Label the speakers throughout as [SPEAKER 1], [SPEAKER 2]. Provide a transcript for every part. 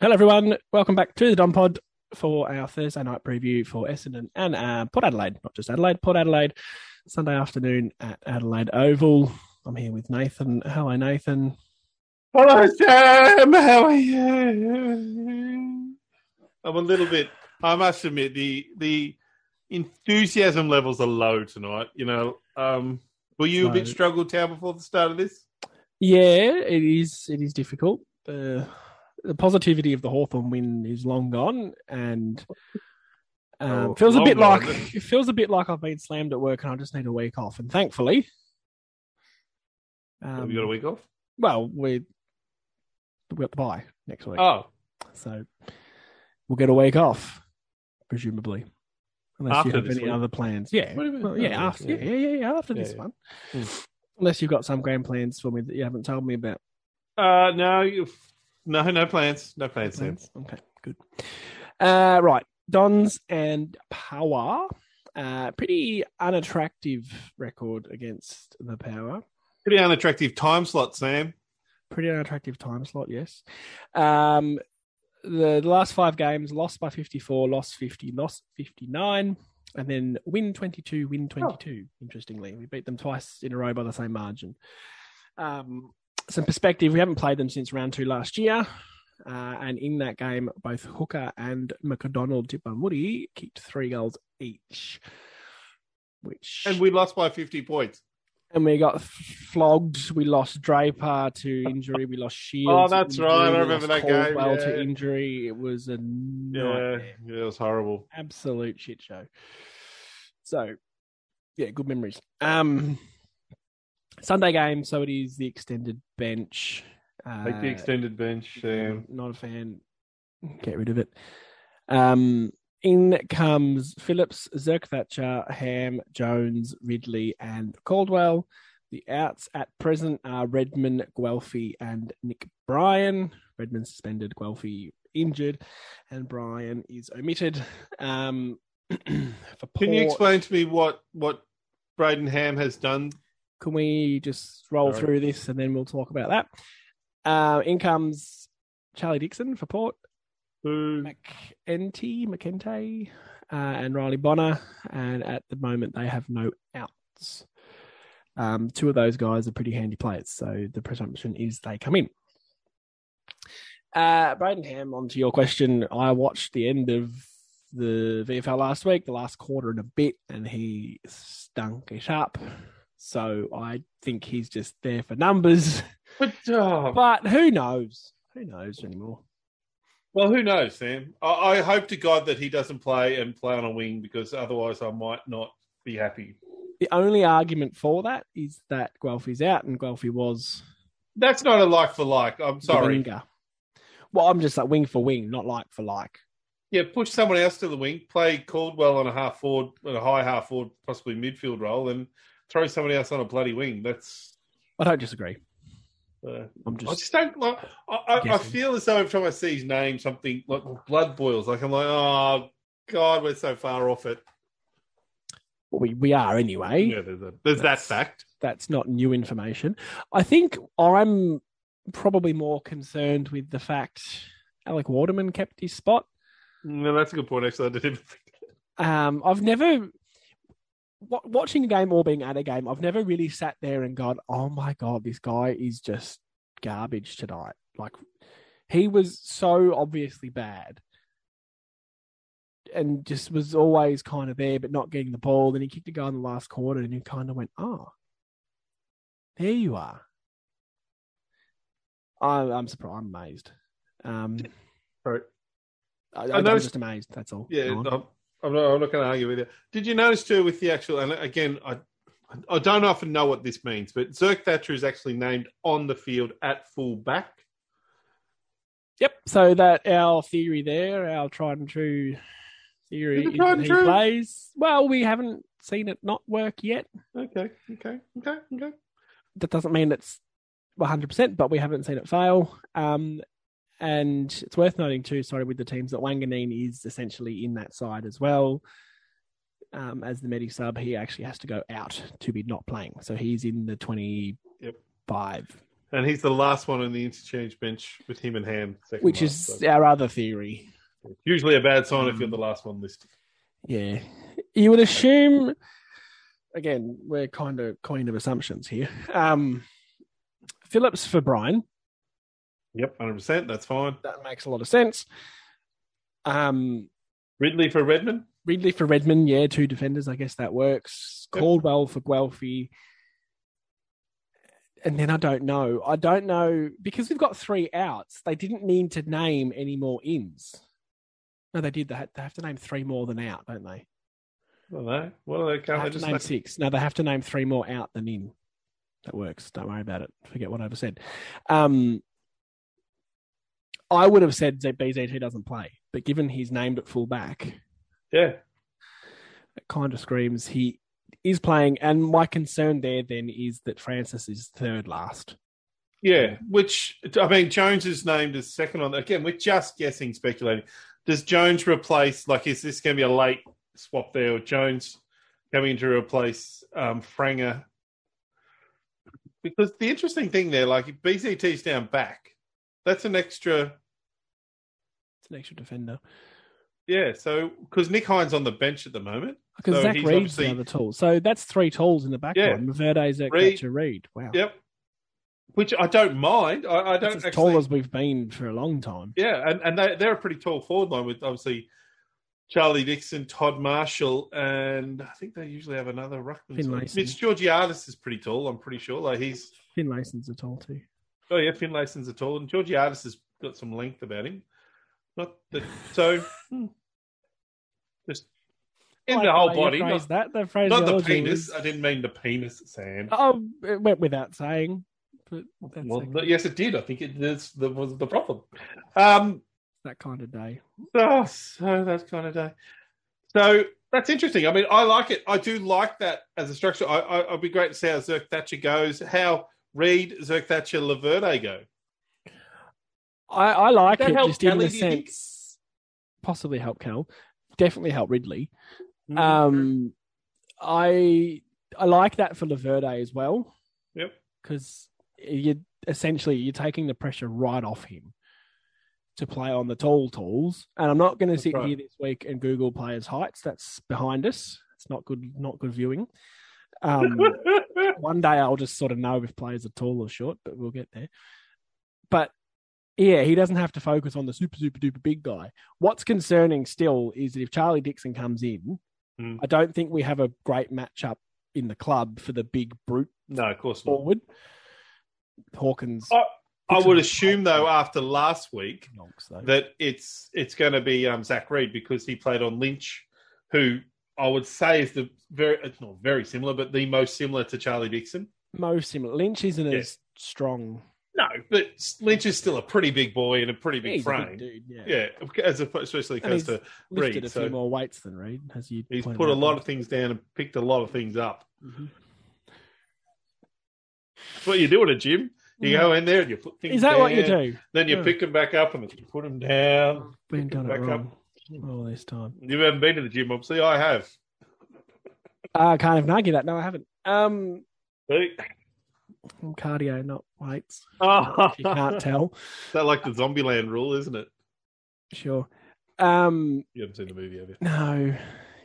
[SPEAKER 1] Hello, everyone. Welcome back to the Dom Pod for our Thursday night preview for Essendon and uh, Port Adelaide, not just Adelaide, Port Adelaide, Sunday afternoon at Adelaide Oval. I'm here with Nathan. Hello, Nathan.
[SPEAKER 2] Hello, Sam. How are you? I'm a little bit. I must admit the the enthusiasm levels are low tonight. You know, um, were you a bit
[SPEAKER 1] Low.
[SPEAKER 2] struggled town before the start of this?
[SPEAKER 1] Yeah, it is. It is difficult. Uh, the positivity of the Hawthorn win is long gone, and um,
[SPEAKER 2] Oh,
[SPEAKER 1] feels a
[SPEAKER 2] long
[SPEAKER 1] bit
[SPEAKER 2] gone.
[SPEAKER 1] like it feels a bit like I've been slammed at work, and I just need a week off. And thankfully,
[SPEAKER 2] Have
[SPEAKER 1] um,
[SPEAKER 2] you got a week off?
[SPEAKER 1] well, we we got the bye next week,
[SPEAKER 2] Oh,
[SPEAKER 1] so we'll get a week off, presumably. Unless
[SPEAKER 2] After
[SPEAKER 1] you have
[SPEAKER 2] this
[SPEAKER 1] any
[SPEAKER 2] week?
[SPEAKER 1] other plans, yeah,
[SPEAKER 2] What do you mean?
[SPEAKER 1] well, yeah,
[SPEAKER 2] Oh,
[SPEAKER 1] after, yeah,
[SPEAKER 2] yeah.
[SPEAKER 1] yeah, yeah, yeah, after
[SPEAKER 2] Yeah,
[SPEAKER 1] this
[SPEAKER 2] yeah.
[SPEAKER 1] one.
[SPEAKER 2] Hmm.
[SPEAKER 1] Unless you've got some grand plans for me that you haven't told me about.
[SPEAKER 2] uh, no, you, no, no plans, no plans, Sam.
[SPEAKER 1] Okay, good. Uh, right, Dons and Power. Uh, pretty unattractive record against the Power.
[SPEAKER 2] Pretty unattractive time slot, Sam.
[SPEAKER 1] Pretty unattractive time slot, yes. Um, the, the last five games lost by 54, lost 50, lost 59, and then win 22,
[SPEAKER 2] Oh.
[SPEAKER 1] win 22. Interestingly, we beat them twice in a row by the same margin. Um, some perspective we haven't played them since round two last year. Uh, and in that game, both Hooker and McDonald Dipamuri kicked three goals each, which
[SPEAKER 2] And we lost by 50 points.
[SPEAKER 1] and we got flogged. We lost Draper to injury. We lost Shields.
[SPEAKER 2] Oh,
[SPEAKER 1] to
[SPEAKER 2] that's
[SPEAKER 1] injury,
[SPEAKER 2] right. I
[SPEAKER 1] we
[SPEAKER 2] remember
[SPEAKER 1] lost
[SPEAKER 2] that game,
[SPEAKER 1] Caldwell to
[SPEAKER 2] yeah.
[SPEAKER 1] injury. It was a nightmare.
[SPEAKER 2] Yeah, yeah, it was horrible.
[SPEAKER 1] absolute shit show. So, yeah, good memories. Um, Sunday game, so it is the extended bench. Uh,
[SPEAKER 2] Take the extended bench, Sam.
[SPEAKER 1] Not a fan. Get rid of it. Um, in comes Phillips, Zirk Thatcher, Ham, Jones, Ridley, and Caldwell. The outs at present are Redman, Guelphy, and Nick Bryan. Redman suspended, Guelphy injured, and Bryan is omitted. Um, for
[SPEAKER 2] Can you
[SPEAKER 1] Port-
[SPEAKER 2] explain to me what what Braden Ham has done?
[SPEAKER 1] can we just roll
[SPEAKER 2] Sorry.
[SPEAKER 1] through this and then we'll talk about that? Uh, in comes Charlie Dixon for Port,
[SPEAKER 2] Who-
[SPEAKER 1] McEntee, McEntee, uh, and Riley Bonner. And at the moment, they have no outs. Um, two of those guys are pretty handy players, so the presumption is they come in. Uh, Braden Ham, on to your question. I watched the end of the VFL last week, the last quarter and a bit, and he stunk it up. So I think he's just there for numbers.
[SPEAKER 2] But, oh,
[SPEAKER 1] But who knows? Who knows anymore?
[SPEAKER 2] Well, who knows, Sam? I, I hope to God that he doesn't play and play on a wing because otherwise I might not be happy.
[SPEAKER 1] the only argument for that is that Guelphy's out and Guelphy was
[SPEAKER 2] That's not a like for like. I'm
[SPEAKER 1] the
[SPEAKER 2] sorry.
[SPEAKER 1] winger. Well, I'm just like wing for wing, not like for like.
[SPEAKER 2] Yeah, push someone else to the wing, play Caldwell on a half forward, on a high half forward, possibly midfield role, and throw someone else on a bloody wing. That's.
[SPEAKER 1] I don't disagree.
[SPEAKER 2] Uh,
[SPEAKER 1] I'm
[SPEAKER 2] I
[SPEAKER 1] just
[SPEAKER 2] just don't like. I, I, I
[SPEAKER 1] Guessing.
[SPEAKER 2] feel as though every time I see his name, something like blood boils. Like I'm like, oh God, we're so far off it.
[SPEAKER 1] well, we we are anyway.
[SPEAKER 2] Yeah, there's, a, there's that fact.
[SPEAKER 1] That's not new information. I think I'm probably more concerned with the fact Alec Waterman kept his spot.
[SPEAKER 2] No, that's a good point. Actually, I didn't even think.
[SPEAKER 1] Um, I've never wa- watching a game or being at a game. I've never really sat there and gone, "Oh my god, this guy is just garbage tonight." Like he was so obviously bad, and just was always kind of there, but not getting the ball. Then he kicked a guy in the last quarter, and you kind of went, "Oh, there you are." I'm, I'm surprised. I'm amazed. Um,
[SPEAKER 2] Sorry.
[SPEAKER 1] I,
[SPEAKER 2] I
[SPEAKER 1] I'm
[SPEAKER 2] noticed-
[SPEAKER 1] just amazed. That's all.
[SPEAKER 2] Yeah,
[SPEAKER 1] Go on.
[SPEAKER 2] I'm, I'm not, I'm not going to argue with you. Did you notice too with the actual? And again, I I don't often know what this means, but Zirk Thatcher is actually named on the field at full back.
[SPEAKER 1] Yep. So that our theory there, our tried and true theory,
[SPEAKER 2] Is it
[SPEAKER 1] is
[SPEAKER 2] tried
[SPEAKER 1] that
[SPEAKER 2] and
[SPEAKER 1] he
[SPEAKER 2] true?
[SPEAKER 1] plays. Well, we haven't seen it not work yet.
[SPEAKER 2] Okay, okay, okay, okay.
[SPEAKER 1] That doesn't mean it's 100, percent but we haven't seen it fail. Um, and it's worth noting too. Sorry, with the teams that Wanganeen is essentially in that side as well. Um, as the medic sub, he actually has to go out to be not playing, so he's in the twenty-five.
[SPEAKER 2] Yep. and he's the last one on the interchange bench with him in hand. second
[SPEAKER 1] which
[SPEAKER 2] half,
[SPEAKER 1] is Mm.
[SPEAKER 2] so
[SPEAKER 1] our other theory.
[SPEAKER 2] usually a bad sign if you're the last one listed.
[SPEAKER 1] Yeah. You would assume, again, we're kind of coin of assumptions here. Um, Phillips for Brian.
[SPEAKER 2] Yep, hundred percent. That's fine.
[SPEAKER 1] That makes a lot of sense. Um,
[SPEAKER 2] Ridley for Redmond.
[SPEAKER 1] Ridley for Redmond. Yeah, two defenders. I guess that works.
[SPEAKER 2] Yep.
[SPEAKER 1] Caldwell for Guelphy. And then I don't know. I don't know because we've got three outs. They didn't need to name any more ins. No, they did. They had- they have to name three more than out, don't they?
[SPEAKER 2] I don't know. What are they?
[SPEAKER 1] They
[SPEAKER 2] Can't they
[SPEAKER 1] have to
[SPEAKER 2] just
[SPEAKER 1] name
[SPEAKER 2] make-
[SPEAKER 1] six. No, they have to name three more out than in. That works. Don't worry about it. Forget what I have said. Um, I would have said that BZT doesn't play, but given he's named at full back,
[SPEAKER 2] Yeah,
[SPEAKER 1] it kind of screams he is playing. And my concern there then is that Francis is third last.
[SPEAKER 2] yeah. Which I mean, Jones is named as second on. Again, we're just guessing, speculating. Does Jones replace? Like, is this going to be a late swap there, or Jones coming to replace um, Franger? Because the interesting thing there, like, if BCT's down back, that's an extra.
[SPEAKER 1] It's an extra defender
[SPEAKER 2] Yeah, so because Nick Hines on the bench at the moment.
[SPEAKER 1] because
[SPEAKER 2] So
[SPEAKER 1] Zach
[SPEAKER 2] he's
[SPEAKER 1] Reed's the
[SPEAKER 2] obviously-
[SPEAKER 1] other tool. So that's three tools in the back
[SPEAKER 2] Yeah.
[SPEAKER 1] line. Verde, Zach Reed.
[SPEAKER 2] Reed-
[SPEAKER 1] Reed. Wow,
[SPEAKER 2] Yep. Which I don't mind. I, I
[SPEAKER 1] that's
[SPEAKER 2] don't
[SPEAKER 1] as
[SPEAKER 2] actually.
[SPEAKER 1] tall as we've been for a long time.
[SPEAKER 2] Yeah, and, and they, they're a pretty tall forward line with obviously Charlie Dixon, Todd Marshall, and I think they usually have another ruckman.
[SPEAKER 1] Finlayson.
[SPEAKER 2] Mitch Georgiadis is pretty tall. I'm pretty sure. Like he's
[SPEAKER 1] Finlayson's a tall too.
[SPEAKER 2] oh yeah, Finlayson's a tall, and Georgiadis has got some length about him. Not that so. hmm. just in
[SPEAKER 1] Like
[SPEAKER 2] the whole
[SPEAKER 1] way you
[SPEAKER 2] body,
[SPEAKER 1] phrased
[SPEAKER 2] not,
[SPEAKER 1] that the
[SPEAKER 2] not
[SPEAKER 1] phraseology
[SPEAKER 2] the penis.
[SPEAKER 1] was-
[SPEAKER 2] I didn't mean the penis, Sam.
[SPEAKER 1] Oh, it went without saying, but that's
[SPEAKER 2] well,
[SPEAKER 1] a-
[SPEAKER 2] yes, it did. I think it is the, was the problem. Um,
[SPEAKER 1] that kind of day.
[SPEAKER 2] Oh, so that's kind of day. So that's interesting. I mean, I like it. I do like that as a structure. I, I, it'd be great to see how Zirk Thatcher goes, how Reed, Zirk Thatcher, Laverde go.
[SPEAKER 1] I, I like
[SPEAKER 2] That
[SPEAKER 1] it
[SPEAKER 2] help
[SPEAKER 1] just in
[SPEAKER 2] Kelly,
[SPEAKER 1] the
[SPEAKER 2] do you think?
[SPEAKER 1] sense, possibly help Cal, definitely help Ridley.
[SPEAKER 2] Mm-hmm.
[SPEAKER 1] Um, I I like that for Laverde as well.
[SPEAKER 2] Yep.
[SPEAKER 1] Because you essentially you're taking the pressure right off him to play on the tall tools. And I'm not going to
[SPEAKER 2] That's
[SPEAKER 1] sit
[SPEAKER 2] right.
[SPEAKER 1] here this week and Google players' heights. That's behind us. It's not good. Not good viewing. Um, one day I'll just sort of know if players are tall or short, but we'll get there. But yeah, he doesn't have to focus on the super, super duper big guy. What's concerning still is that if Charlie Dixon comes in,
[SPEAKER 2] Mm.
[SPEAKER 1] I don't think we have a great matchup in the club for the big brute
[SPEAKER 2] no, of course not.
[SPEAKER 1] forward. Hawkins.
[SPEAKER 2] Oh, I
[SPEAKER 1] Dixon-
[SPEAKER 2] would assume though, after last week,
[SPEAKER 1] Knocks, though.
[SPEAKER 2] that it's it's going to be um, Zach Reed because he played on Lynch, who I would say is the very it's not very similar, but the most similar to Charlie Dixon.
[SPEAKER 1] Most similar. Lynch isn't
[SPEAKER 2] Yeah.
[SPEAKER 1] as strong.
[SPEAKER 2] No, but Lynch is still a pretty big boy and a pretty big
[SPEAKER 1] He's a
[SPEAKER 2] frame.
[SPEAKER 1] big dude. Yeah.
[SPEAKER 2] Yeah, as opposed, especially
[SPEAKER 1] And
[SPEAKER 2] because
[SPEAKER 1] he's
[SPEAKER 2] to
[SPEAKER 1] Lifted
[SPEAKER 2] Reed,
[SPEAKER 1] a
[SPEAKER 2] so-
[SPEAKER 1] few more weights than Reed, as you.
[SPEAKER 2] he's
[SPEAKER 1] pointed
[SPEAKER 2] put a
[SPEAKER 1] out.
[SPEAKER 2] lot of things down and picked a lot of things up.
[SPEAKER 1] Mhm.
[SPEAKER 2] That's what you do at a gym. You go in there and you put things.
[SPEAKER 1] Is that what you
[SPEAKER 2] down,
[SPEAKER 1] do?
[SPEAKER 2] Then you
[SPEAKER 1] Yeah.
[SPEAKER 2] pick them back up and you put them down.
[SPEAKER 1] Been
[SPEAKER 2] Pick
[SPEAKER 1] done
[SPEAKER 2] 'em
[SPEAKER 1] it
[SPEAKER 2] back up.
[SPEAKER 1] wrong all this time.
[SPEAKER 2] You haven't been to the gym, obviously. I have.
[SPEAKER 1] I can't even argue that. No, I haven't. Um,
[SPEAKER 2] See?
[SPEAKER 1] I'm cardio, not weights.
[SPEAKER 2] Oh.
[SPEAKER 1] You can't tell.
[SPEAKER 2] that like the Zombieland rule, isn't it?
[SPEAKER 1] Sure. Um,
[SPEAKER 2] You haven't seen the movie, have you?
[SPEAKER 1] no, You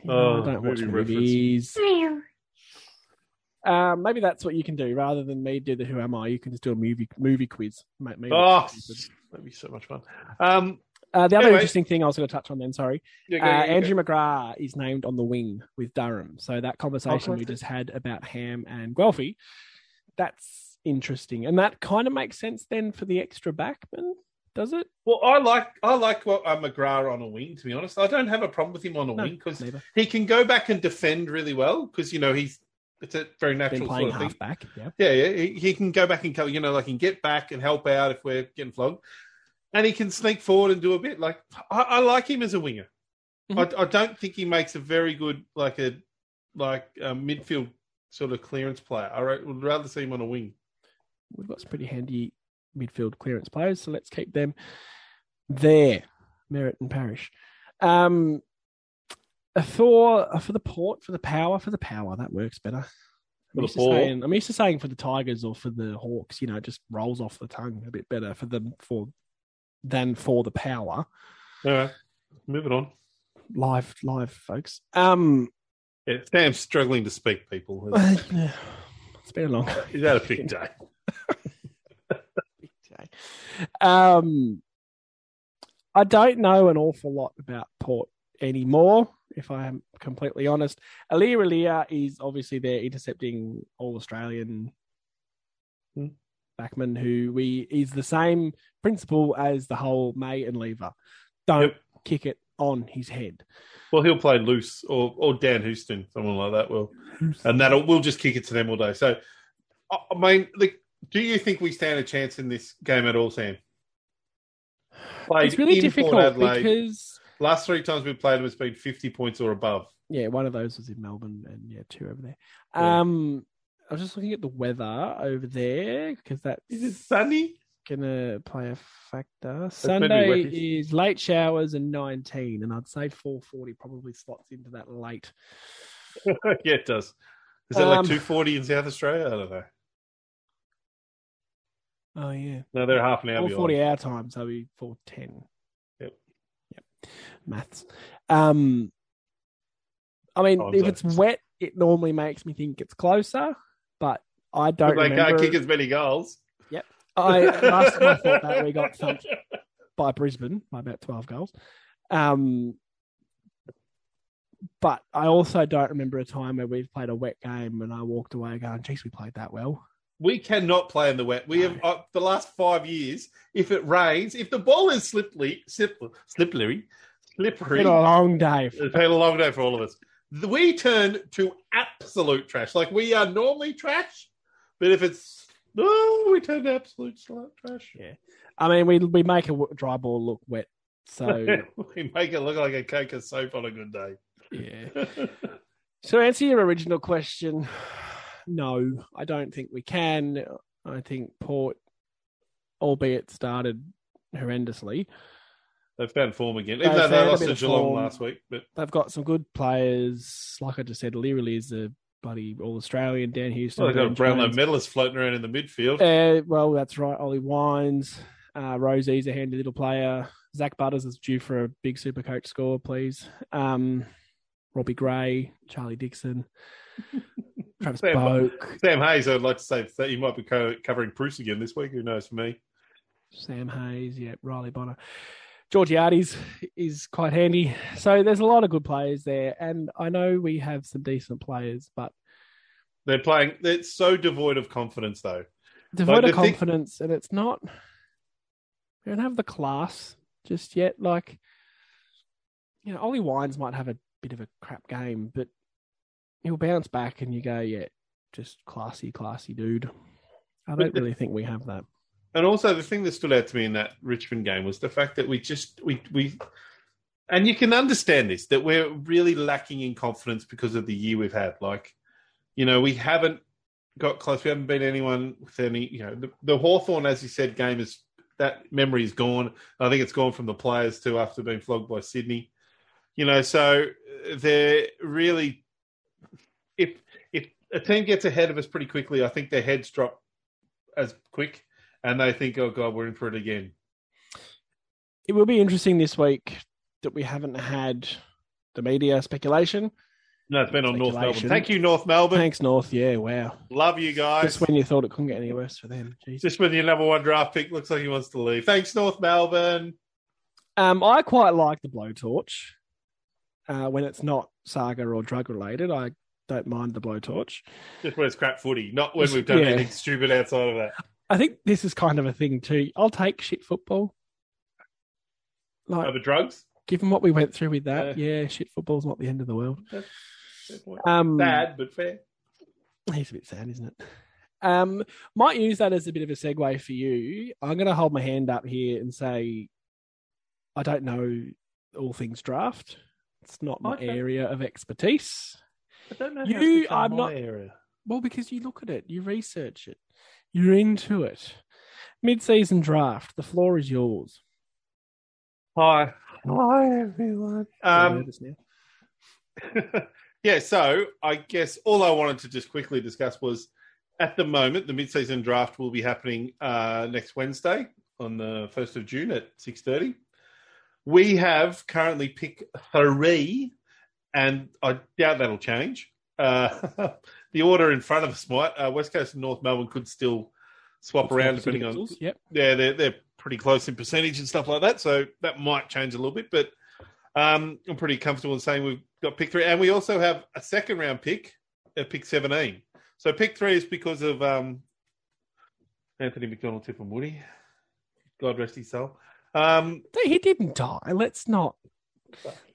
[SPEAKER 1] know,
[SPEAKER 2] Oh,
[SPEAKER 1] I don't watch
[SPEAKER 2] movie reference.
[SPEAKER 1] movies. Um, maybe that's what you can do rather than me do the Who Am I. You can just do a movie movie quiz. Make me look
[SPEAKER 2] Oh,
[SPEAKER 1] stupid.
[SPEAKER 2] that'd be so much fun. Um,
[SPEAKER 1] Uh, the other
[SPEAKER 2] anyway.
[SPEAKER 1] interesting thing I was going to touch on then, sorry,
[SPEAKER 2] yeah,
[SPEAKER 1] uh,
[SPEAKER 2] go, go, go.
[SPEAKER 1] Andrew McGrath is named on the wing with Durham. So that conversation we
[SPEAKER 2] fantastic.
[SPEAKER 1] just had about Ham and Guelphy, that's interesting, and that kind of makes sense then for the extra backman, does it?
[SPEAKER 2] Well, I like I like what uh, McGrath on a wing. To be honest, I don't have a problem with him on a
[SPEAKER 1] No,
[SPEAKER 2] wing because
[SPEAKER 1] Neither.
[SPEAKER 2] he can go back and defend really well because you know he's it's a very
[SPEAKER 1] been
[SPEAKER 2] natural sort
[SPEAKER 1] playing
[SPEAKER 2] of thing.
[SPEAKER 1] halfback. Yeah.
[SPEAKER 2] Yeah, yeah, he, he can go back and cover. You know, like he can get back and help out if we're getting flogged, and he can sneak forward and do a bit. Like I, I like him as a winger.
[SPEAKER 1] Mhm.
[SPEAKER 2] I, I don't think he makes a very good like a like a midfield sort of clearance player. I ra- would rather see him on a wing.
[SPEAKER 1] We've got some pretty handy midfield clearance players, so let's keep them there. Merritt and Parish. Um, for for the port, for the power, for the power that works better. I'm
[SPEAKER 2] the
[SPEAKER 1] used, to
[SPEAKER 2] ball.
[SPEAKER 1] saying, I'm used to saying for the Tigers or for the Hawks, you know, it just rolls off the tongue a bit better for them for than for the power.
[SPEAKER 2] All right, moving on.
[SPEAKER 1] Live, live, folks. Um,
[SPEAKER 2] Yeah, Sam's struggling to speak. People,
[SPEAKER 1] it's been a long
[SPEAKER 2] he's had a big day.
[SPEAKER 1] Okay. Um, I don't know an awful lot about Port anymore, if I am completely honest. Alia Alia is obviously there intercepting all Australian
[SPEAKER 2] Hmm.
[SPEAKER 1] backman who we is the same principle as the whole May and Lever. Don't kick it on his head.
[SPEAKER 2] Well, he'll play loose, or or Dan Houston, someone like that will, and that'll we'll just kick it to them all day. So, I I mean, like, do you think we stand a chance in this game at all, Sam? Played
[SPEAKER 1] It's really
[SPEAKER 2] in
[SPEAKER 1] difficult
[SPEAKER 2] Port Adelaide.
[SPEAKER 1] because
[SPEAKER 2] Last three times we played them, it's been fifty points or above.
[SPEAKER 1] yeah, one of those was in Melbourne, and yeah, two over there.
[SPEAKER 2] Yeah.
[SPEAKER 1] Um, I was just looking at the weather over there because that's
[SPEAKER 2] Is it sunny?
[SPEAKER 1] gonna play a factor.
[SPEAKER 2] maybe
[SPEAKER 1] Sunday
[SPEAKER 2] work is-
[SPEAKER 1] is late showers and nineteen, and I'd say four forty probably slots into that late.
[SPEAKER 2] yeah, it does. Is that like
[SPEAKER 1] Um,
[SPEAKER 2] two forty in South Australia? I don't know.
[SPEAKER 1] Oh yeah,
[SPEAKER 2] No, they're half an hour
[SPEAKER 1] four
[SPEAKER 2] behind.
[SPEAKER 1] forty our time, so we four ten.
[SPEAKER 2] Yep.
[SPEAKER 1] yep. Maths. Um, I mean,
[SPEAKER 2] Time
[SPEAKER 1] if
[SPEAKER 2] zone.
[SPEAKER 1] it's wet, it normally makes me think it's closer, but I don't.
[SPEAKER 2] But they
[SPEAKER 1] remember.
[SPEAKER 2] can't kick as many goals.
[SPEAKER 1] I last time I thought that we got thumped by Brisbane by about twelve goals. Um, but I also don't remember a time where we've played a wet game and I walked away going, "Geez, we played that well."
[SPEAKER 2] We cannot play in the wet. We have uh, the last five years. If it rains, if the ball is slippery, slippery, slippery,
[SPEAKER 1] It's
[SPEAKER 2] slippery.
[SPEAKER 1] been a long day.
[SPEAKER 2] It's been a long day for all of us. We turn to absolute trash. Like we are normally trash, but if it's no, we turn to absolute slut trash.
[SPEAKER 1] Yeah. I mean, we we make a w- dry ball look wet, so
[SPEAKER 2] we make it look like a cake of soap on a good day.
[SPEAKER 1] yeah. So, to answer your original question, no, I don't think we can. I think Port, albeit started horrendously,
[SPEAKER 2] they found form again,
[SPEAKER 1] They
[SPEAKER 2] even though they
[SPEAKER 1] found a
[SPEAKER 2] lost
[SPEAKER 1] bit
[SPEAKER 2] to
[SPEAKER 1] of
[SPEAKER 2] Geelong
[SPEAKER 1] form.
[SPEAKER 2] last week. But
[SPEAKER 1] they've got some good players. Like I just said, literally is a bloody all Australian. Dan Houston,
[SPEAKER 2] well, they've got a
[SPEAKER 1] Ben
[SPEAKER 2] Brownlow
[SPEAKER 1] Jones.
[SPEAKER 2] medalist floating around in the midfield.
[SPEAKER 1] Uh, well, that's right. Ollie Wines, uh, Rosie's a handy little player. Zach Butters is due for a big super coach score, please. Um, Robbie Gray, Charlie Dixon, Travis
[SPEAKER 2] Fair play.
[SPEAKER 1] Boak,
[SPEAKER 2] Sam Hayes, I'd like to say that you might be co- covering Bruce again this week. Who knows for me?
[SPEAKER 1] Sam Hayes, yeah, Riley Bonner. Georgiades is quite handy. So there's a lot of good players there. And I know we have some decent players, but
[SPEAKER 2] They're playing. They're so devoid of confidence, though.
[SPEAKER 1] devoid of
[SPEAKER 2] the thing-
[SPEAKER 1] confidence, and it's not. We don't have the class just yet. Like, you know, Ollie Wines might have a bit of a crap game, but he'll bounce back, and you go, yeah, just classy, classy dude. I don't
[SPEAKER 2] the-
[SPEAKER 1] really think we have that.
[SPEAKER 2] And also, the thing that stood out to me in that Richmond game was the fact that we just we we, and you can understand this that we're really lacking in confidence because of the year we've had. Like, you know, we haven't got close. We haven't beat anyone with any. You know, the, the Hawthorn, as you said, game is that memory is gone. I think it's gone from the players too after being flogged by Sydney. You know, so uh, they're really if if a team gets ahead of us pretty quickly, I think their heads drop as quick and they think, "Oh God, we're in for it again."
[SPEAKER 1] It will be interesting this week that we haven't had the media speculation.
[SPEAKER 2] No, it's been on North Melbourne.
[SPEAKER 1] Speculation.
[SPEAKER 2] Thank you, North Melbourne.
[SPEAKER 1] Thanks, North. Yeah, wow.
[SPEAKER 2] Love you guys.
[SPEAKER 1] Just when you thought it couldn't get any worse for them. Jesus.
[SPEAKER 2] Just when your number one draft pick looks like he wants to leave. Thanks, North Melbourne.
[SPEAKER 1] Um, I quite like the blowtorch. Uh, when it's not saga or drug related, I don't mind the blowtorch.
[SPEAKER 2] Just when it's crap footy, not when we've done
[SPEAKER 1] Yeah.
[SPEAKER 2] anything stupid outside of that.
[SPEAKER 1] I think this is kind of a thing too. I'll take shit football. Like,
[SPEAKER 2] Over drugs.
[SPEAKER 1] given what we went through with that,
[SPEAKER 2] Yeah.
[SPEAKER 1] yeah, shit football's not the end of the world.
[SPEAKER 2] Fair point.
[SPEAKER 1] Um,
[SPEAKER 2] Bad, but fair.
[SPEAKER 1] It's a bit sad, isn't it? Um, might use that as a bit of a segue for you. I'm going to hold my hand up here and say, I don't know all things draft. It's not my
[SPEAKER 2] Okay.
[SPEAKER 1] area of expertise.
[SPEAKER 2] I don't know.
[SPEAKER 1] how it's You- become I'm my not-
[SPEAKER 2] Area.
[SPEAKER 1] Well, because you look at it, you research it, you're into it. Mid-season draft, the floor is yours.
[SPEAKER 2] Um, Hi. Hi, everyone.
[SPEAKER 1] I'm
[SPEAKER 2] Um,
[SPEAKER 1] nervous now.
[SPEAKER 2] Yeah, so I guess all I wanted to just quickly discuss was at the moment the mid-season draft will be happening uh, next Wednesday on the first of June at six thirty. We have currently pick three, and I doubt that'll change. Uh, the order in front of us might uh, West Coast and North Melbourne could still swap around depending on
[SPEAKER 1] Yep.
[SPEAKER 2] yeah, they're they're pretty close in percentage and stuff like that. So that might change a little bit, but um, I'm pretty comfortable in saying we've got pick three, and we also have a second round pick at pick 17. So pick three is because of um, Anthony McDonald, Tip and Woody. God rest his soul. Um,
[SPEAKER 1] He didn't die. Let's not.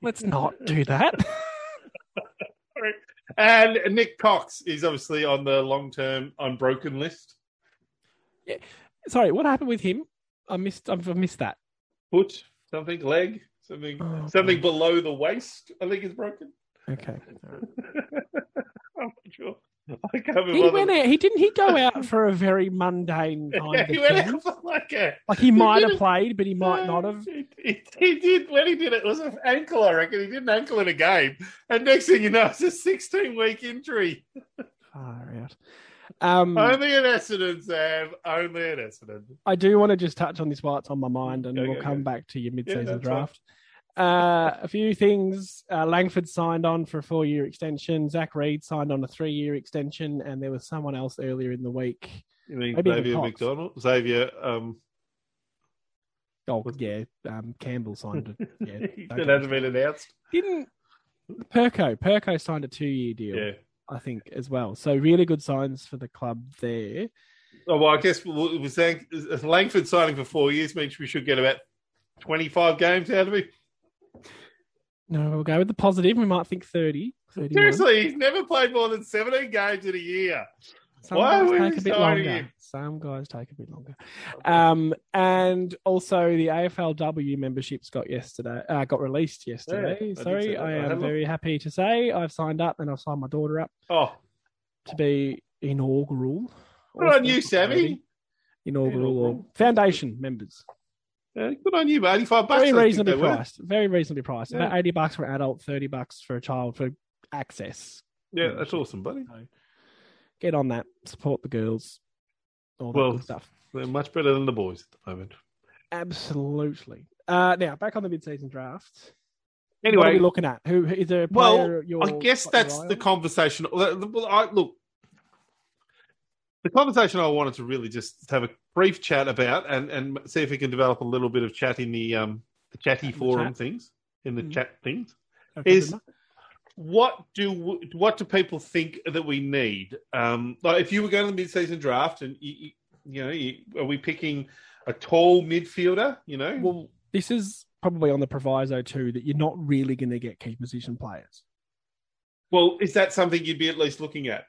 [SPEAKER 1] Let's not do that.
[SPEAKER 2] and Nick Cox is obviously on the long term unbroken list.
[SPEAKER 1] Sorry, what happened with him? I missed. I've missed that.
[SPEAKER 2] Foot, something, leg, something,
[SPEAKER 1] Oh,
[SPEAKER 2] something below the waist. I think is broken.
[SPEAKER 1] Okay.
[SPEAKER 2] I'm not sure. I can't remember.
[SPEAKER 1] He went out. He didn't. He go out for a very mundane kind
[SPEAKER 2] yeah,
[SPEAKER 1] of
[SPEAKER 2] he went
[SPEAKER 1] thing.
[SPEAKER 2] out for like a.
[SPEAKER 1] Like he might
[SPEAKER 2] did
[SPEAKER 1] have
[SPEAKER 2] it.
[SPEAKER 1] played, but he might not have.
[SPEAKER 2] He, he, he did when he did it. It was an ankle, I reckon. He did an ankle in a game, and next thing you know, it's a 16 week injury.
[SPEAKER 1] Far out. Um,
[SPEAKER 2] Only an accident, Sam. Only an accident.
[SPEAKER 1] I do want to just touch on this while it's on my mind, and
[SPEAKER 2] Go,
[SPEAKER 1] we'll
[SPEAKER 2] go,
[SPEAKER 1] come
[SPEAKER 2] go.
[SPEAKER 1] back to your mid-season
[SPEAKER 2] Yeah, that's
[SPEAKER 1] draft. Uh, a few things: uh, Langford signed on for a four-year extension. Zach Reed signed on a three-year extension, and there was someone else earlier in the week.
[SPEAKER 2] You mean
[SPEAKER 1] Maybe even
[SPEAKER 2] Xavier
[SPEAKER 1] Cox.
[SPEAKER 2] McDonald? Xavier, um,
[SPEAKER 1] Oh, yeah, um, Campbell signed it. Yeah,
[SPEAKER 2] that hasn't been announced.
[SPEAKER 1] didn't Perko? Perko signed a two-year deal,
[SPEAKER 2] Yeah.
[SPEAKER 1] I think, as well. So really good signs for the club there.
[SPEAKER 2] Oh, well, I guess w- it was Lang- uh, Langford signing for four years means we should get about 25 games out of him.
[SPEAKER 1] No, we'll go with the positive. We might think 30. 31.
[SPEAKER 2] Seriously, he's never played more than 17 games in a year.
[SPEAKER 1] Some
[SPEAKER 2] Why
[SPEAKER 1] guys
[SPEAKER 2] were
[SPEAKER 1] take
[SPEAKER 2] we
[SPEAKER 1] a bit
[SPEAKER 2] signing
[SPEAKER 1] longer.
[SPEAKER 2] him?
[SPEAKER 1] Some guys take a bit longer. Um, and also the AFLW memberships got yesterday uh, got released yesterday.
[SPEAKER 2] Yeah, I did see
[SPEAKER 1] Sorry,
[SPEAKER 2] that.
[SPEAKER 1] I
[SPEAKER 2] I had a
[SPEAKER 1] am
[SPEAKER 2] look.
[SPEAKER 1] very happy to say I've signed up and I've signed my daughter up
[SPEAKER 2] Oh,
[SPEAKER 1] to be inaugural.
[SPEAKER 2] good on
[SPEAKER 1] or
[SPEAKER 2] you, Sammy.
[SPEAKER 1] Inaugural or
[SPEAKER 2] Inaugural.
[SPEAKER 1] foundation members.
[SPEAKER 2] Uh, good on you, mate. 85
[SPEAKER 1] Very
[SPEAKER 2] bucks. I think
[SPEAKER 1] reasonably
[SPEAKER 2] they were.
[SPEAKER 1] priced. Very reasonably priced. About eighty bucks for an adult, thirty bucks for a child for access.
[SPEAKER 2] Yeah, that's awesome, buddy.
[SPEAKER 1] Get on that. Support the girls. All that
[SPEAKER 2] Well,
[SPEAKER 1] good stuff.
[SPEAKER 2] They're much better than the boys at the moment.
[SPEAKER 1] Absolutely. Uh, now back on the mid-season draft. what are we
[SPEAKER 2] Anyway,
[SPEAKER 1] looking at? Who is there? A
[SPEAKER 2] Well,
[SPEAKER 1] player you're,
[SPEAKER 2] I guess
[SPEAKER 1] got your
[SPEAKER 2] that's
[SPEAKER 1] eye
[SPEAKER 2] the
[SPEAKER 1] on?
[SPEAKER 2] conversation. Well, I, look, the conversation I wanted to really just have a brief chat about and, and see if we can develop a little bit of chat in the, um, the chatty
[SPEAKER 1] Chat in the
[SPEAKER 2] forum
[SPEAKER 1] chat.
[SPEAKER 2] things, in the
[SPEAKER 1] Mm.
[SPEAKER 2] chat things.
[SPEAKER 1] Okay,
[SPEAKER 2] is
[SPEAKER 1] good
[SPEAKER 2] what do w- what do people think that we need? Um, like if you were going to the mid-season draft, and you, you, you know, you, are we picking a tall midfielder? You know,
[SPEAKER 1] enough. well, this is probably on the proviso too that you're not really going to get key position players.
[SPEAKER 2] well, is that something you'd be at least looking at?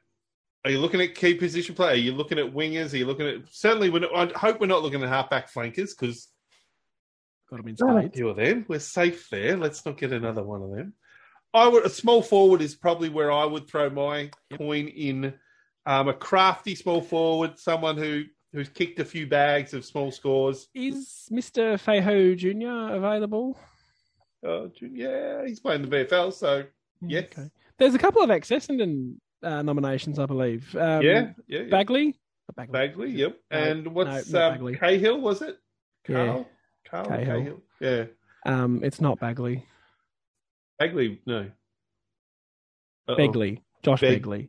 [SPEAKER 2] Are you looking at key position player? Are you looking at wingers? Are you looking at certainly? We're not, I hope we're not looking at halfback flankers because
[SPEAKER 1] Got them in spades.
[SPEAKER 2] you're them. We're safe there. Let's not get another one of them. I would a small forward is probably where I would throw my coin in. Um, a crafty small forward, someone who who's kicked a few bags of small scores.
[SPEAKER 1] Is Mister Feho Junior available?
[SPEAKER 2] Uh, yeah, he's playing the VFL, so Yes.
[SPEAKER 1] Hmm, There's a couple of ex Essendon uh, nominations, I believe. Um,
[SPEAKER 2] yeah, yeah, yeah.
[SPEAKER 1] Bagley. Not Bagley.
[SPEAKER 2] Bagley, yep.
[SPEAKER 1] No,
[SPEAKER 2] and what's
[SPEAKER 1] no, not
[SPEAKER 2] um,
[SPEAKER 1] Bagley.
[SPEAKER 2] Cahill? Was it
[SPEAKER 1] Yeah.
[SPEAKER 2] Carl? Carl
[SPEAKER 1] Cahill.
[SPEAKER 2] Cahill. Yeah,
[SPEAKER 1] Um, it's not Bagley.
[SPEAKER 2] Bagley. No, Uh-oh.
[SPEAKER 1] Begley. Josh
[SPEAKER 2] Beg-
[SPEAKER 1] Begley.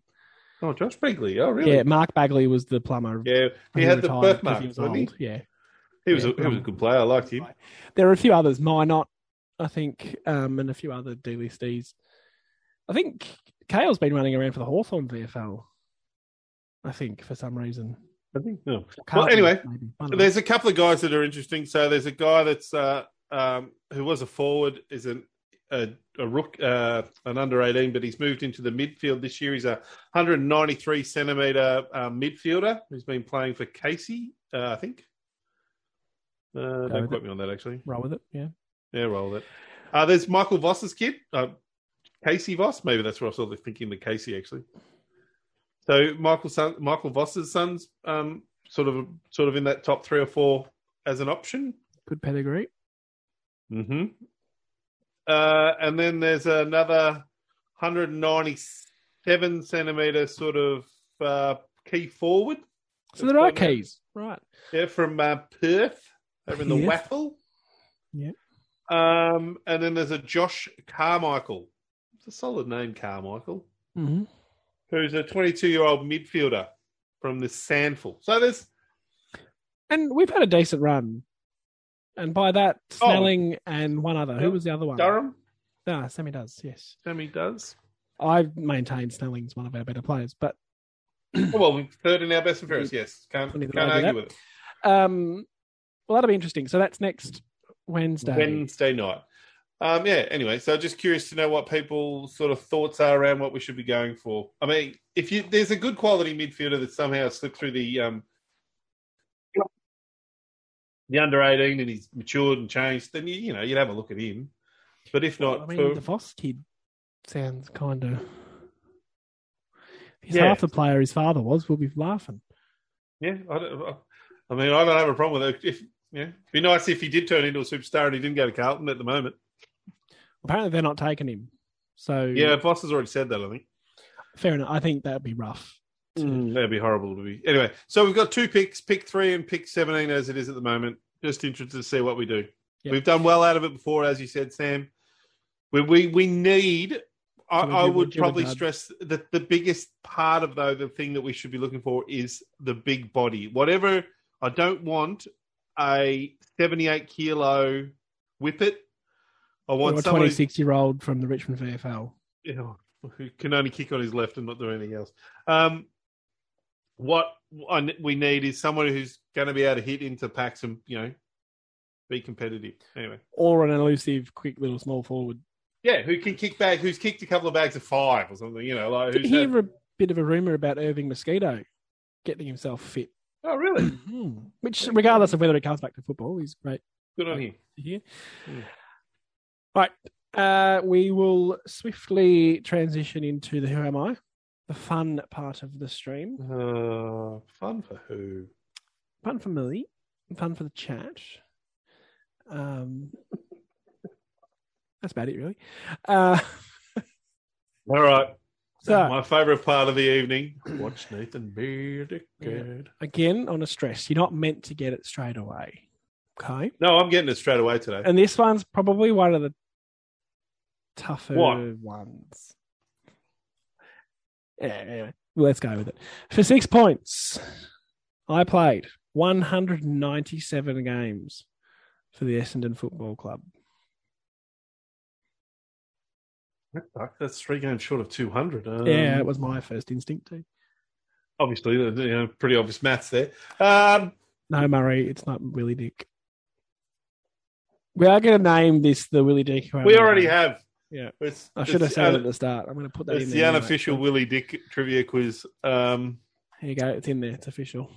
[SPEAKER 2] Oh, Josh Bagley. Oh, really?
[SPEAKER 1] Yeah, Mark Bagley was the plumber.
[SPEAKER 2] yeah. He,
[SPEAKER 1] who
[SPEAKER 2] had the
[SPEAKER 1] retired 'cause
[SPEAKER 2] birthmark.
[SPEAKER 1] He was
[SPEAKER 2] didn't
[SPEAKER 1] old.
[SPEAKER 2] he?
[SPEAKER 1] Yeah.
[SPEAKER 2] He was,
[SPEAKER 1] Yeah.
[SPEAKER 2] a, he was a good player. I liked him.
[SPEAKER 1] There are a few others, Minot, I think, um, and a few other D-listees. I think Kale's been running around for the Hawthorn VFL, I think, for some reason.
[SPEAKER 2] I think. No.
[SPEAKER 1] Or Carlton,
[SPEAKER 2] anyway,
[SPEAKER 1] maybe. One of them.
[SPEAKER 2] There's a couple of guys that are interesting. So there's a guy that's uh, um, who was a forward, is an a, a rook, uh, an under 18, but he's moved into the midfield this year. He's a 193 centimeter uh, midfielder who's been playing for Casey, uh, I think. Uh,
[SPEAKER 1] with
[SPEAKER 2] don't
[SPEAKER 1] it.
[SPEAKER 2] quote me on that actually.
[SPEAKER 1] Roll with it, yeah.
[SPEAKER 2] Yeah, roll that. Uh, there's Michael Voss's kid, uh, Casey Voss. Maybe that's what I was thinking. The Casey actually. So Michael son, Michael Voss's son's um, sort of sort of in that top three or four as an option.
[SPEAKER 1] Good pedigree.
[SPEAKER 2] Mm-hmm. Uh, and then there's another 197 centimeter sort of uh, key forward.
[SPEAKER 1] So there are keys, right?
[SPEAKER 2] Yeah, from uh, Perth over in the
[SPEAKER 1] Yeah.
[SPEAKER 2] Waffle.
[SPEAKER 1] Yeah.
[SPEAKER 2] Um, and then there's a Josh Carmichael. It's a solid name, Carmichael,
[SPEAKER 1] Mm-hmm.
[SPEAKER 2] who's a 22 year old midfielder from the Sandful. So there's
[SPEAKER 1] And we've had a decent run. And by that, Snelling and one other. Who was the other one?
[SPEAKER 2] Oh. Durham.
[SPEAKER 1] No, Sammy does. Yes,
[SPEAKER 2] Sammy does.
[SPEAKER 1] I maintain Snelling's one of our better players, but
[SPEAKER 2] Oh, well, we're third in our best and fairest. Yes, can't,
[SPEAKER 1] Plenty of
[SPEAKER 2] can't
[SPEAKER 1] value
[SPEAKER 2] argue
[SPEAKER 1] there.
[SPEAKER 2] with it.
[SPEAKER 1] um, well, that'll be interesting. So that's next Wednesday.
[SPEAKER 2] Wednesday night. Um, yeah. Anyway, so just curious to know what people's sort of thoughts are around what we should be going for. I mean, if you there's a good quality midfielder that somehow slipped through the um, the under eighteen and he's matured and changed, then you you know you'd have a look at him. But if not,
[SPEAKER 1] I mean,
[SPEAKER 2] for-
[SPEAKER 1] the Voss kid sounds kind of. He's
[SPEAKER 2] Yeah.
[SPEAKER 1] half the player his father was. We'll be laughing.
[SPEAKER 2] yeah, I, don't, I- I mean, I don't have a problem with it. If yeah, it'd be nice if he did turn into a superstar and he didn't go to Carlton at the moment.
[SPEAKER 1] Apparently, they're not taking him. So
[SPEAKER 2] Yeah, Voss has already said that. I think.
[SPEAKER 1] fair enough. I think that'd be rough. Hmm.
[SPEAKER 2] Mm, that'd be horrible to be. Anyway, so we've got two picks, pick three and pick 17 as it is at the moment. Just interested to see what we do.
[SPEAKER 1] Yep.
[SPEAKER 2] We've done well out of it before, as you said, Sam. We, we, we need, I,
[SPEAKER 1] So we do-
[SPEAKER 2] I
[SPEAKER 1] we
[SPEAKER 2] would
[SPEAKER 1] do a
[SPEAKER 2] probably
[SPEAKER 1] dud.
[SPEAKER 2] stress that the biggest part of, though, the thing that we should be looking for is the big body. Whatever, I don't want a 78 kilo whippet. I
[SPEAKER 1] Or
[SPEAKER 2] want
[SPEAKER 1] a
[SPEAKER 2] someone who's-
[SPEAKER 1] 26 year old from the Richmond VFL.
[SPEAKER 2] yeah, who can only kick on his left and not do anything else. Um, what I, we need is someone who's going to be able to hit into packs and you know be competitive. Anyway,
[SPEAKER 1] Or an elusive, quick little small forward.
[SPEAKER 2] yeah, who can kick back? Who's kicked a couple of bags of five or something? You know, like
[SPEAKER 1] Did
[SPEAKER 2] who's
[SPEAKER 1] you hear
[SPEAKER 2] had-
[SPEAKER 1] a bit of a rumor about Irving Mosquito getting himself fit?
[SPEAKER 2] oh really
[SPEAKER 1] Mhm. Which, regardless of whether it comes back to football, is great
[SPEAKER 2] good on him.
[SPEAKER 1] to hear.
[SPEAKER 2] Mm.
[SPEAKER 1] All right. Uh, we will swiftly transition into the Who Am I? The fun part of the stream.
[SPEAKER 2] Uh, fun for who?
[SPEAKER 1] Fun for me, fun for the chat. Um, that's about it, really. Uh,
[SPEAKER 2] All right.
[SPEAKER 1] so,
[SPEAKER 2] my favourite part of the evening. Watch Nathan be a dickhead.
[SPEAKER 1] again on a stress. You're not meant to get it straight away. Okay.
[SPEAKER 2] No, I'm getting it straight away today.
[SPEAKER 1] And this one's probably one of the tougher
[SPEAKER 2] What?
[SPEAKER 1] ones. Yeah, anyway, let's go with it. For six points, I played 197 games for the Essendon Football Club.
[SPEAKER 2] That's three games short of 200. Um,
[SPEAKER 1] Uh, yeah, it was my first instinct too.
[SPEAKER 2] obviously, you know, pretty obvious maths there. Um,
[SPEAKER 1] No, Murray, it's not Willie Dick. We are going to name this the Willie Dick.
[SPEAKER 2] we already have.
[SPEAKER 1] Yeah.
[SPEAKER 2] It's,
[SPEAKER 1] I should have
[SPEAKER 2] it's
[SPEAKER 1] said it
[SPEAKER 2] the
[SPEAKER 1] at the start. I'm going to put that
[SPEAKER 2] un- It's
[SPEAKER 1] in
[SPEAKER 2] the
[SPEAKER 1] there. anyway.
[SPEAKER 2] unofficial Willie Dick trivia quiz. Um,
[SPEAKER 1] Here you go. It's in there. It's official.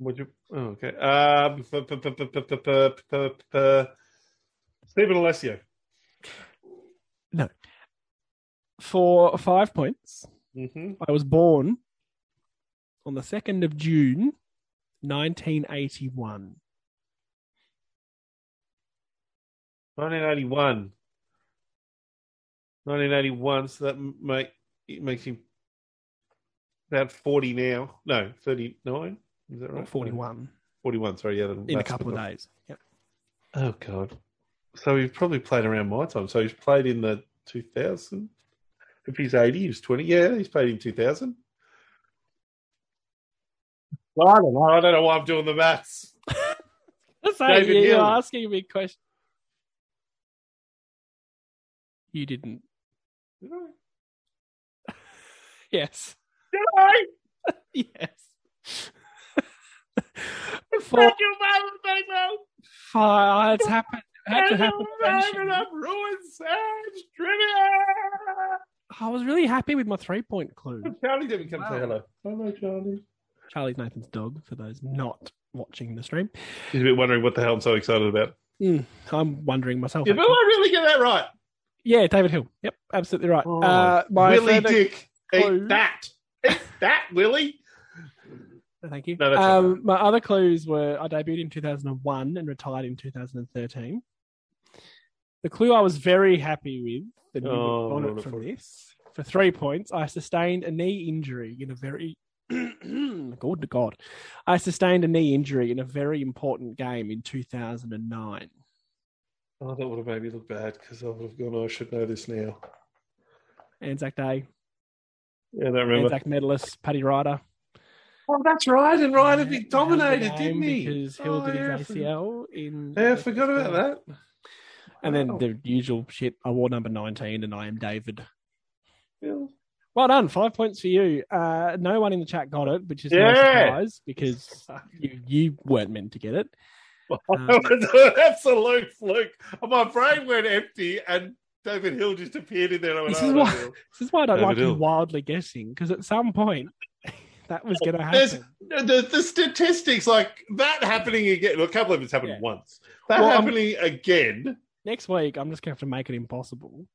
[SPEAKER 2] would you? Oh, okay. Um, p- p- p- p- p- p- p- p- p- Stephen Alessio.
[SPEAKER 1] For five points,
[SPEAKER 2] Mm-hmm.
[SPEAKER 1] I was born on the 2nd of June, 1981.
[SPEAKER 2] 1981. 1981. So that m- make it makes him about 40 now. No, 39. Is that
[SPEAKER 1] Or
[SPEAKER 2] right?
[SPEAKER 1] 41
[SPEAKER 2] 41. Sorry, yeah. the
[SPEAKER 1] in a
[SPEAKER 2] maths
[SPEAKER 1] couple of
[SPEAKER 2] forgot.
[SPEAKER 1] days. Yeah.
[SPEAKER 2] Oh god. So he probably played around my time. So he's played in the two thousand. If he's eighty, he was twenty. Yeah, he's played in two thousand. Well, I don't know. I don't know why I'm doing the maths.
[SPEAKER 1] So
[SPEAKER 2] David
[SPEAKER 1] you- you're
[SPEAKER 2] Hill.
[SPEAKER 1] asking me questions. You didn't.
[SPEAKER 2] Did I?
[SPEAKER 1] Yes.
[SPEAKER 2] Did I?
[SPEAKER 1] Yes.
[SPEAKER 2] Did
[SPEAKER 1] For
[SPEAKER 2] you maths, Daniel?
[SPEAKER 1] five, it's happened. It had to
[SPEAKER 2] Daniel
[SPEAKER 1] happen.
[SPEAKER 2] Mann,
[SPEAKER 1] eventually.
[SPEAKER 2] and I've ruined Sam's trivia.
[SPEAKER 1] I was really happy with my three-point clue.
[SPEAKER 2] Charlie didn't come say
[SPEAKER 1] Wow.
[SPEAKER 2] hello. Hello, Charlie.
[SPEAKER 1] Charlie's Nathan's dog. For those not watching the stream,
[SPEAKER 2] He's a bit wondering what the hell I'm so excited about.
[SPEAKER 1] Mm, I'm wondering myself.
[SPEAKER 2] Did I
[SPEAKER 1] actually.
[SPEAKER 2] really get that right?
[SPEAKER 1] Yeah, David Hill. Yep, absolutely right.
[SPEAKER 2] Oh,
[SPEAKER 1] uh, my
[SPEAKER 2] Willie
[SPEAKER 1] further-
[SPEAKER 2] Dick,
[SPEAKER 1] clue-
[SPEAKER 2] eat that. Eat that, Willie.
[SPEAKER 1] Thank you.
[SPEAKER 2] No, that's
[SPEAKER 1] um, My other clues were I debuted in 2001 and retired in 2013. The clue I was very happy with the new
[SPEAKER 2] Oh,
[SPEAKER 1] bonnet
[SPEAKER 2] wonderful.
[SPEAKER 1] from this. For three points, I sustained a knee injury in a very good to God. I sustained a knee injury in a very important game in 2009.
[SPEAKER 2] Oh, that would have made me look bad because I would have gone, "Oh, I should know this now.
[SPEAKER 1] Anzac Day,
[SPEAKER 2] Yeah, I don't remember.
[SPEAKER 1] Anzac medalist Paddy Ryder.
[SPEAKER 2] Oh, that's right. And Ryan had
[SPEAKER 1] Yeah,
[SPEAKER 2] been dominated,
[SPEAKER 1] held the game
[SPEAKER 2] didn't he?
[SPEAKER 1] Because Hill
[SPEAKER 2] Oh,
[SPEAKER 1] did
[SPEAKER 2] yeah, I
[SPEAKER 1] his ACL in.
[SPEAKER 2] Yeah, I forgot about that. Oh.
[SPEAKER 1] And then
[SPEAKER 2] Wow.
[SPEAKER 1] the usual shit. I wore number 19 and I am David.
[SPEAKER 2] Yeah.
[SPEAKER 1] Well done. Five points for you. Uh, no one in the chat got it, which is no
[SPEAKER 2] Yeah.
[SPEAKER 1] surprise because you, you weren't meant to get it.
[SPEAKER 2] That was
[SPEAKER 1] Um,
[SPEAKER 2] an absolute fluke. My brain went empty, and David Hill just appeared in there. And I went,
[SPEAKER 1] This
[SPEAKER 2] oh,
[SPEAKER 1] is
[SPEAKER 2] David
[SPEAKER 1] why-
[SPEAKER 2] Hill.
[SPEAKER 1] This is why I don't
[SPEAKER 2] David
[SPEAKER 1] like you
[SPEAKER 2] Hill.
[SPEAKER 1] wildly guessing because at some point that was going to
[SPEAKER 2] There's-
[SPEAKER 1] happen.
[SPEAKER 2] No, the, the statistics like that happening again. well, a couple of it's happened
[SPEAKER 1] Yeah.
[SPEAKER 2] once. That
[SPEAKER 1] Well, um, I'm-
[SPEAKER 2] happening again.
[SPEAKER 1] Next week, I'm just going to have to make it impossible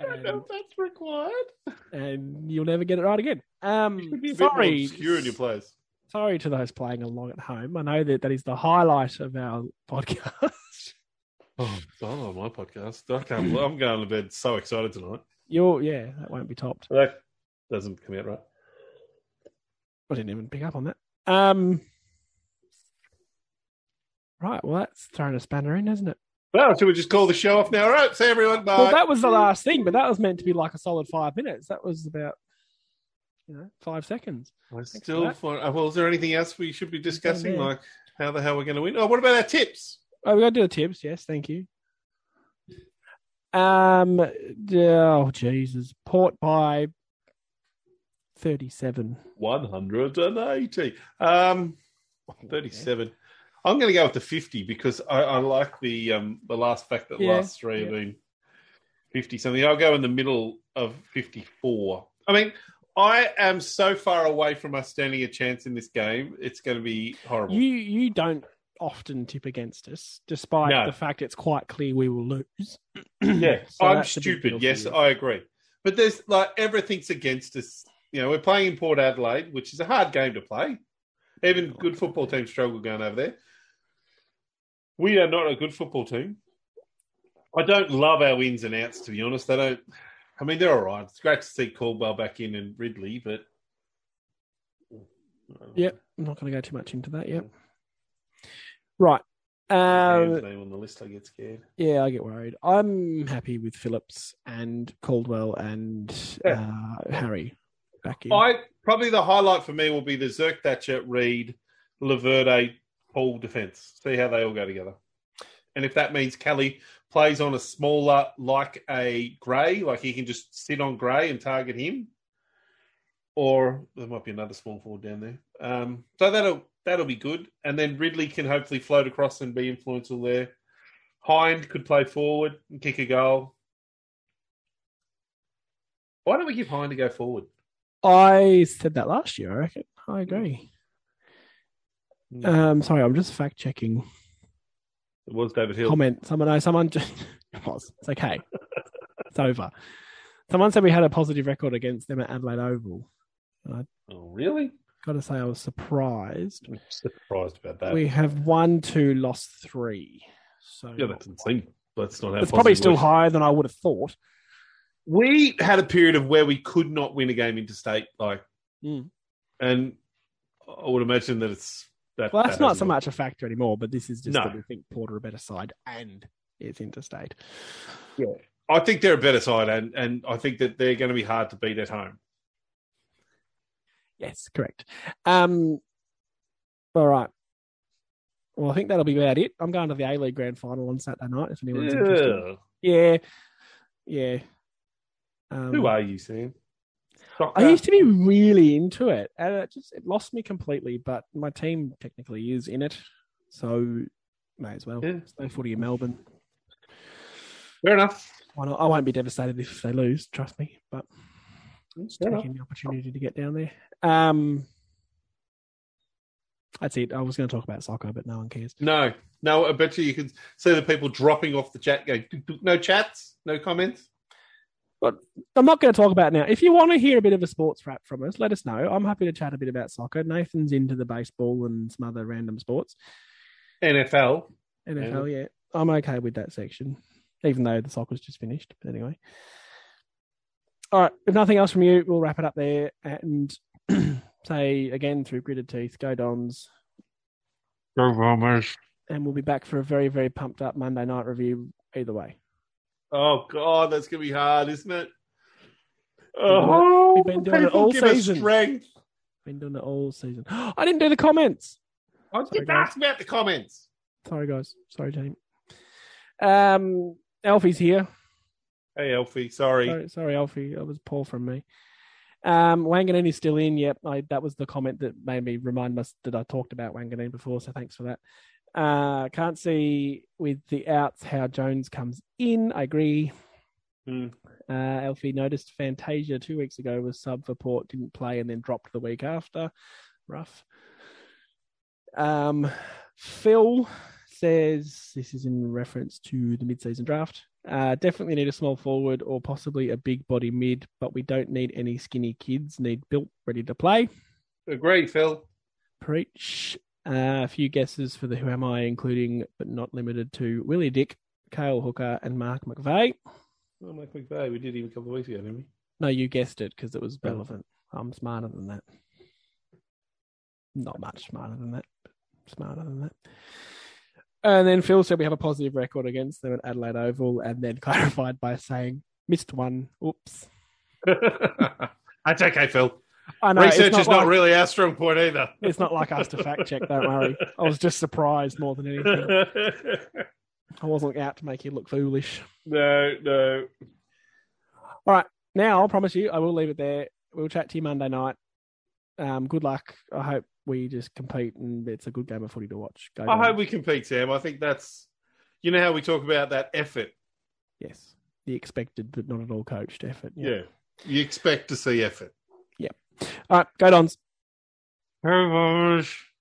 [SPEAKER 2] I don't know if that's required.
[SPEAKER 1] and you'll never get it right again.
[SPEAKER 2] You should
[SPEAKER 1] Um,
[SPEAKER 2] be a bit more
[SPEAKER 1] sorry.
[SPEAKER 2] obscure in your plays.
[SPEAKER 1] sorry to those playing along at home. I know that that is the highlight of our podcast.
[SPEAKER 2] Oh, not on my podcast. I can't. believe- I'm going to bed so excited tonight.
[SPEAKER 1] You're, yeah, that won't be topped.
[SPEAKER 2] That doesn't come out right.
[SPEAKER 1] I didn't even pick up on that. Um, right. Well, that's thrown a spanner in, hasn't it?
[SPEAKER 2] Well, should we just call the show off now? All right, see everyone. Bye.
[SPEAKER 1] Well, that was the last thing, but that was meant to be like a solid five minutes. That was about, you know, five seconds.
[SPEAKER 2] I
[SPEAKER 1] for
[SPEAKER 2] still
[SPEAKER 1] that.
[SPEAKER 2] find. uh, Well, is there anything else we should be discussing?
[SPEAKER 1] there.
[SPEAKER 2] Like how the hell we're going to win? Oh, what about our tips?
[SPEAKER 1] Oh, we got to do the tips. Yes, thank you. Um. d- Oh, Jesus. Port by thirty-seven.
[SPEAKER 2] One hundred and eighty. Um, thirty-seven. I'm going to go with the fifty because I, I like the um the last fact that the
[SPEAKER 1] Yeah,
[SPEAKER 2] last three have
[SPEAKER 1] yeah.
[SPEAKER 2] been fifty something. I'll go in the middle of fifty-four. I mean. I am so far away from us standing a chance in this game. It's going to be horrible.
[SPEAKER 1] You you don't often tip against us, despite
[SPEAKER 2] No.
[SPEAKER 1] the fact it's quite clear we will lose.
[SPEAKER 2] Yeah, oh,
[SPEAKER 1] So
[SPEAKER 2] I'm
[SPEAKER 1] that's a big deal
[SPEAKER 2] stupid.
[SPEAKER 1] for
[SPEAKER 2] Yes,
[SPEAKER 1] you.
[SPEAKER 2] I agree. But there's like everything's against us. You know, we're playing in Port Adelaide, which is a hard game to play. Even good football teams struggle going over there. We are not a good football team. I don't love our ins and outs, to be honest. They don't. I mean, they're all right. It's great to see Caldwell back in and Ridley, but Oh,
[SPEAKER 1] Yep, I'm not going to go too much into that. Yep. Right. Um,
[SPEAKER 2] Ham's name on the list, I get scared.
[SPEAKER 1] yeah, I get worried. I'm happy with Phillips and Caldwell and uh, Harry back in.
[SPEAKER 2] I probably the highlight for me will be the Zerk Thatcher, Reed, Laverde, Paul defense. See how they all go together. And if that means Kelly plays on a smaller, like a Gray, like he can just sit on Gray and target him, or there might be another small forward down there. Um, so that'll that'll be good. And then Ridley can hopefully float across and be influential there. Hind could play forward and kick a goal. Why don't we give Hind to go forward?
[SPEAKER 1] I said that last year, I reckon. I agree. Um, sorry, I'm just fact checking.
[SPEAKER 2] It was David Hill.
[SPEAKER 1] Comment. Someone, no, someone just. It was. It's okay. it's over. Someone said we had a positive record against them at Adelaide Oval.
[SPEAKER 2] Oh, really?
[SPEAKER 1] Got to say, I was surprised.
[SPEAKER 2] I'm surprised about that.
[SPEAKER 1] We have won two, lost three. So
[SPEAKER 2] yeah, that doesn't seem. That's not. how
[SPEAKER 1] it's probably
[SPEAKER 2] positive
[SPEAKER 1] still
[SPEAKER 2] work.
[SPEAKER 1] higher than I would have thought.
[SPEAKER 2] We had a period of where we could not win a game interstate, like,
[SPEAKER 1] Mm.
[SPEAKER 2] and I would imagine that it's that.
[SPEAKER 1] Well, that's
[SPEAKER 2] that
[SPEAKER 1] not
[SPEAKER 2] hasn't
[SPEAKER 1] so much
[SPEAKER 2] worked.
[SPEAKER 1] a factor anymore, but this is just
[SPEAKER 2] No.
[SPEAKER 1] that we think Porter are a better side and it's interstate.
[SPEAKER 2] I think they're a better side, and and I think that they're going to be hard to beat at home.
[SPEAKER 1] Yes, correct. Um, all right. Well, I think that'll be about it. I'm going to the A League Grand Final on Saturday night. If anyone's interested,
[SPEAKER 2] Ew.
[SPEAKER 1] yeah, yeah. Um,
[SPEAKER 2] Who are you, Uh, Sam?
[SPEAKER 1] I used to be really into it, and it just it lost me completely. But my team technically is in it, so may as well.
[SPEAKER 2] Yeah.
[SPEAKER 1] There's no footy in Melbourne.
[SPEAKER 2] Fair enough.
[SPEAKER 1] Why not? I won't be devastated if they lose. Trust me, but
[SPEAKER 2] Fair enough.
[SPEAKER 1] taking the opportunity to get down there. Um, that's it. I was going to talk about soccer, but no one cares.
[SPEAKER 2] No, no. I bet you you can see the people dropping off the chat. Going, no chats, no comments.
[SPEAKER 1] I'm not going to talk about it now. If you want to hear a bit of a sports rap from us, let us know. I'm happy to chat a bit about soccer. Nathan's into the baseball and some other random sports.
[SPEAKER 2] NFL.
[SPEAKER 1] NFL, yeah. I'm okay with that section. even though the soccer's just finished. But anyway. All right. If nothing else from you, we'll wrap it up there and say again through gritted teeth, go Dons.
[SPEAKER 2] Go Bombers.
[SPEAKER 1] And we'll be back for a very, very pumped up Monday night review either way.
[SPEAKER 2] Oh God, that's gonna be hard, isn't it? Oh,
[SPEAKER 1] We've been doing it
[SPEAKER 2] people
[SPEAKER 1] all
[SPEAKER 2] give us
[SPEAKER 1] season.
[SPEAKER 2] Strength.
[SPEAKER 1] Been doing it all season. I didn't do the comments.
[SPEAKER 2] I was
[SPEAKER 1] Sorry,
[SPEAKER 2] just
[SPEAKER 1] guys.
[SPEAKER 2] asked about the comments.
[SPEAKER 1] Sorry, guys. Sorry, team. Um, Alfie's here.
[SPEAKER 2] Hey, Elfie. Sorry.
[SPEAKER 1] Sorry, sorry, Alfie. That was poor from me. Um, Wanganini's still in. Yep, I, that was the comment that made me remind us that I talked about Wanganini before. So thanks for that. Uh, can't see with the outs how Jones comes in. I agree.
[SPEAKER 2] Hmm.
[SPEAKER 1] Uh, Alfie noticed Fantasia two weeks ago was sub for Port, didn't play, and then dropped the week after. Rough. Um, Phil says this is in reference to the mid-season draft. Uh, definitely need a small forward or possibly a big body mid, but we don't need any skinny kids. Need built, ready to play.
[SPEAKER 2] Agree, Phil.
[SPEAKER 1] Preach. Uh, a few guesses for the who am I, including but not limited to Willie Dick, Kale Hooker, and Mark McVeigh.
[SPEAKER 2] Well, Mike McVeigh, we did him a couple of weeks ago, didn't we?
[SPEAKER 1] No, you guessed it because it was
[SPEAKER 2] Oh.
[SPEAKER 1] relevant. I'm smarter than that. Not much smarter than that, but smarter than that. And then Phil said we have a positive record against them at Adelaide Oval, and then clarified by saying missed one. Oops.
[SPEAKER 2] That's okay, Phil.
[SPEAKER 1] I know it's
[SPEAKER 2] Research is not
[SPEAKER 1] like,
[SPEAKER 2] really our strong point either.
[SPEAKER 1] It's not like us to fact check. Don't worry. I was just surprised more than anything. I wasn't out to make you look foolish.
[SPEAKER 2] no, no.
[SPEAKER 1] now, I promise you, I will leave it there. We'll chat to you Monday night. Um, good luck. I hope we just compete and it's a good game of footy to watch. Go
[SPEAKER 2] I
[SPEAKER 1] Dons.
[SPEAKER 2] hope we compete, Sam. I think that's, you know, how we talk about that effort.
[SPEAKER 1] Yes, the expected but not at all coached effort.
[SPEAKER 2] Yeah. You expect to see effort.
[SPEAKER 1] All right, go Dons.
[SPEAKER 2] Hey, boys.